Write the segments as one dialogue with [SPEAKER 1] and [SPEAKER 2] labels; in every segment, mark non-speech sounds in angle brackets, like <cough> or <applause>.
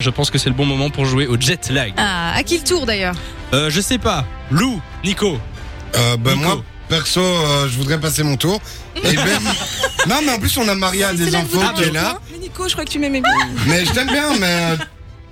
[SPEAKER 1] Je pense que c'est le bon moment pour jouer au jet lag.
[SPEAKER 2] Ah, à qui le tour d'ailleurs
[SPEAKER 1] Euh, je sais pas. Lou, Nico.
[SPEAKER 3] Euh, ben
[SPEAKER 1] Nico.
[SPEAKER 3] moi, perso, euh, je voudrais passer mon tour. Et ben- non, mais en plus, on a Maria des infos qui est là.
[SPEAKER 4] Mais Nico, je crois que tu m'aimais bien.
[SPEAKER 3] Mais je t'aime bien, mais. euh,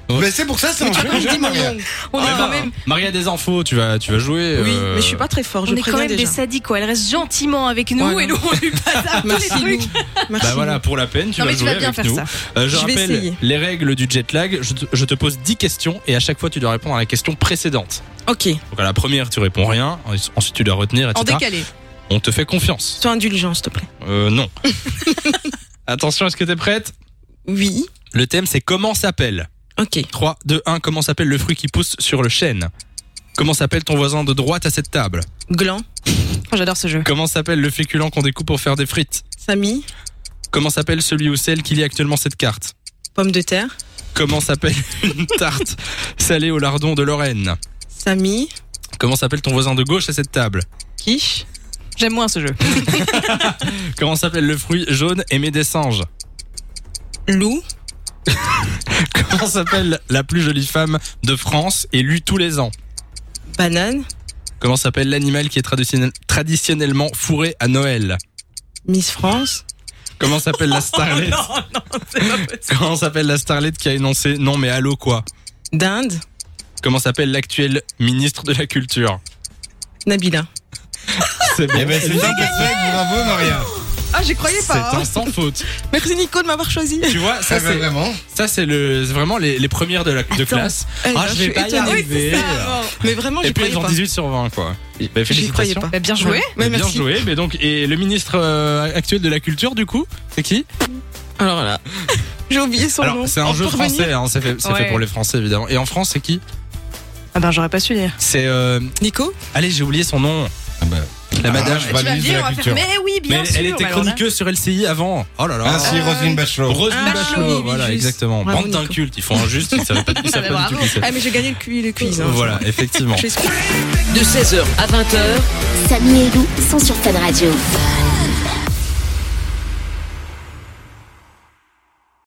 [SPEAKER 1] Ouais.
[SPEAKER 3] Mais c'est pour ça, c'est un jeu que j'aime, Maria.
[SPEAKER 2] On
[SPEAKER 1] Ah,
[SPEAKER 2] est Oh,
[SPEAKER 1] bah,
[SPEAKER 2] quand même,
[SPEAKER 1] Maria des infos, tu vas, tu vas jouer.
[SPEAKER 4] Oui,
[SPEAKER 1] euh,
[SPEAKER 4] mais je suis pas très fort,
[SPEAKER 2] on
[SPEAKER 4] je
[SPEAKER 2] est quand
[SPEAKER 4] préviens
[SPEAKER 2] même des
[SPEAKER 4] déjà.
[SPEAKER 2] sadiques quoi. Elle reste gentiment avec nous
[SPEAKER 4] Voilà.
[SPEAKER 2] et nous on lui passe un peu les
[SPEAKER 4] Merci,
[SPEAKER 2] trucs.
[SPEAKER 4] Lou. Merci.
[SPEAKER 1] Bah voilà, pour la peine, tu
[SPEAKER 2] non
[SPEAKER 1] vas
[SPEAKER 2] mais tu
[SPEAKER 1] jouer
[SPEAKER 2] vas bien
[SPEAKER 1] avec
[SPEAKER 2] faire
[SPEAKER 1] nous.
[SPEAKER 2] ça.
[SPEAKER 1] Euh, je,
[SPEAKER 4] Je vais
[SPEAKER 1] rappelle
[SPEAKER 4] essayer.
[SPEAKER 1] les règles du jet lag. Je te, je te pose 10 questions et à chaque fois, tu dois répondre à la question précédente.
[SPEAKER 4] Ok,
[SPEAKER 1] Donc à la première, tu réponds rien. Ensuite, tu dois retenir,
[SPEAKER 2] En
[SPEAKER 1] etc.
[SPEAKER 2] décalé.
[SPEAKER 1] On te fait confiance.
[SPEAKER 4] sois indulgent, s'il te plaît.
[SPEAKER 1] Euh,
[SPEAKER 2] <laughs>
[SPEAKER 1] non. Attention, est-ce que t'es prête
[SPEAKER 4] Oui,
[SPEAKER 1] Le thème, c'est comment s'appelle
[SPEAKER 4] ok.
[SPEAKER 1] 3, 2, 1. Comment s'appelle le fruit qui pousse sur le chêne Comment s'appelle ton voisin de droite à cette table
[SPEAKER 4] Gland,
[SPEAKER 2] Oh, J'adore ce jeu.
[SPEAKER 1] Comment s'appelle le féculent qu'on découpe pour faire des frites
[SPEAKER 4] Samy,
[SPEAKER 1] Comment s'appelle celui ou celle qui lit actuellement cette carte
[SPEAKER 4] pomme de terre,
[SPEAKER 1] Comment s'appelle <laughs> une tarte salée au lardon de Lorraine
[SPEAKER 4] Samy,
[SPEAKER 1] Comment s'appelle ton voisin de gauche à cette table
[SPEAKER 4] quiche,
[SPEAKER 2] J'aime moins ce jeu.
[SPEAKER 1] Comment s'appelle le fruit jaune aimé des singes
[SPEAKER 4] loup,
[SPEAKER 1] Comment s'appelle la plus jolie femme de France élue tous les ans
[SPEAKER 4] banane,
[SPEAKER 1] Comment s'appelle l'animal qui est traditionnel- traditionnellement fourré à Noël
[SPEAKER 4] Miss France,
[SPEAKER 1] Comment s'appelle la starlette Comment s'appelle la starlette qui a énoncé non mais allô quoi
[SPEAKER 4] dinde,
[SPEAKER 1] Comment s'appelle l'actuel ministre de la culture
[SPEAKER 4] Nabila.
[SPEAKER 1] C'est
[SPEAKER 3] Eh ben, c'est bien fait, bravo, Maria.
[SPEAKER 4] Ah, j'y croyais
[SPEAKER 1] C'est un sans faute.
[SPEAKER 4] Merci Nico de m'avoir choisi.
[SPEAKER 1] Tu vois,
[SPEAKER 2] <laughs>
[SPEAKER 3] Ça,
[SPEAKER 1] ça
[SPEAKER 3] va
[SPEAKER 1] c'est
[SPEAKER 3] vraiment.
[SPEAKER 1] ça c'est le c'est vraiment les, les premières de la de classe.
[SPEAKER 4] Eh,
[SPEAKER 1] Ah, je vais pas y arriver.
[SPEAKER 4] Mais vraiment,
[SPEAKER 1] Et
[SPEAKER 4] j'y
[SPEAKER 1] puis
[SPEAKER 4] croyais
[SPEAKER 1] ils ont
[SPEAKER 4] pas.
[SPEAKER 1] 18 sur 20 quoi. Bah,
[SPEAKER 4] J'y croyais
[SPEAKER 1] félicitations.
[SPEAKER 4] pas.
[SPEAKER 2] Bah, bien joué.
[SPEAKER 4] Mais
[SPEAKER 1] bien
[SPEAKER 4] merci.
[SPEAKER 1] joué, mais donc et le ministre euh, actuel de la culture du coup, c'est qui
[SPEAKER 4] Alors Oh là, j'ai oublié son nom.
[SPEAKER 1] Alors c'est un
[SPEAKER 4] On
[SPEAKER 1] jeu
[SPEAKER 4] peut revenir
[SPEAKER 1] français, hein, c'est fait, c'est fait
[SPEAKER 2] Ouais.
[SPEAKER 1] pour les Français évidemment. Et en France c'est qui
[SPEAKER 2] Ah ben j'aurais pas su dire.
[SPEAKER 1] C'est euh,
[SPEAKER 4] Nico
[SPEAKER 1] allez j'ai oublié son nom. La madame.
[SPEAKER 3] je suis pas
[SPEAKER 2] Ah bah. tu vas
[SPEAKER 3] ministre de
[SPEAKER 2] bien, on
[SPEAKER 3] la
[SPEAKER 2] va faire.
[SPEAKER 3] culture.
[SPEAKER 2] Mais oui,
[SPEAKER 1] Mais
[SPEAKER 2] bien
[SPEAKER 1] elle,
[SPEAKER 2] sûr.
[SPEAKER 1] elle était
[SPEAKER 2] bah alors là-
[SPEAKER 1] chroniqueuse sur LCI avant. Oh là là.
[SPEAKER 3] Ah, si, Roselyne Bachelot.
[SPEAKER 1] Roselyne
[SPEAKER 4] Ah, oui,
[SPEAKER 1] Bachelot,
[SPEAKER 4] oui,
[SPEAKER 1] voilà,
[SPEAKER 4] juste.
[SPEAKER 1] exactement.
[SPEAKER 4] Bravo,
[SPEAKER 1] Bande
[SPEAKER 4] Nico.
[SPEAKER 1] d'incultes, ils font un juste, ils savent pas,
[SPEAKER 4] <laughs>
[SPEAKER 1] ils savent
[SPEAKER 2] Ah,
[SPEAKER 1] pas du tout
[SPEAKER 2] bravo.
[SPEAKER 1] qui c'est.
[SPEAKER 4] Ah, mais j'ai gagné le, cu- le quiz. hein.
[SPEAKER 1] Voilà, effectivement.
[SPEAKER 4] Je suis-
[SPEAKER 5] de 16h à 20h.
[SPEAKER 6] Samy et Lou sont sur Fan Radio.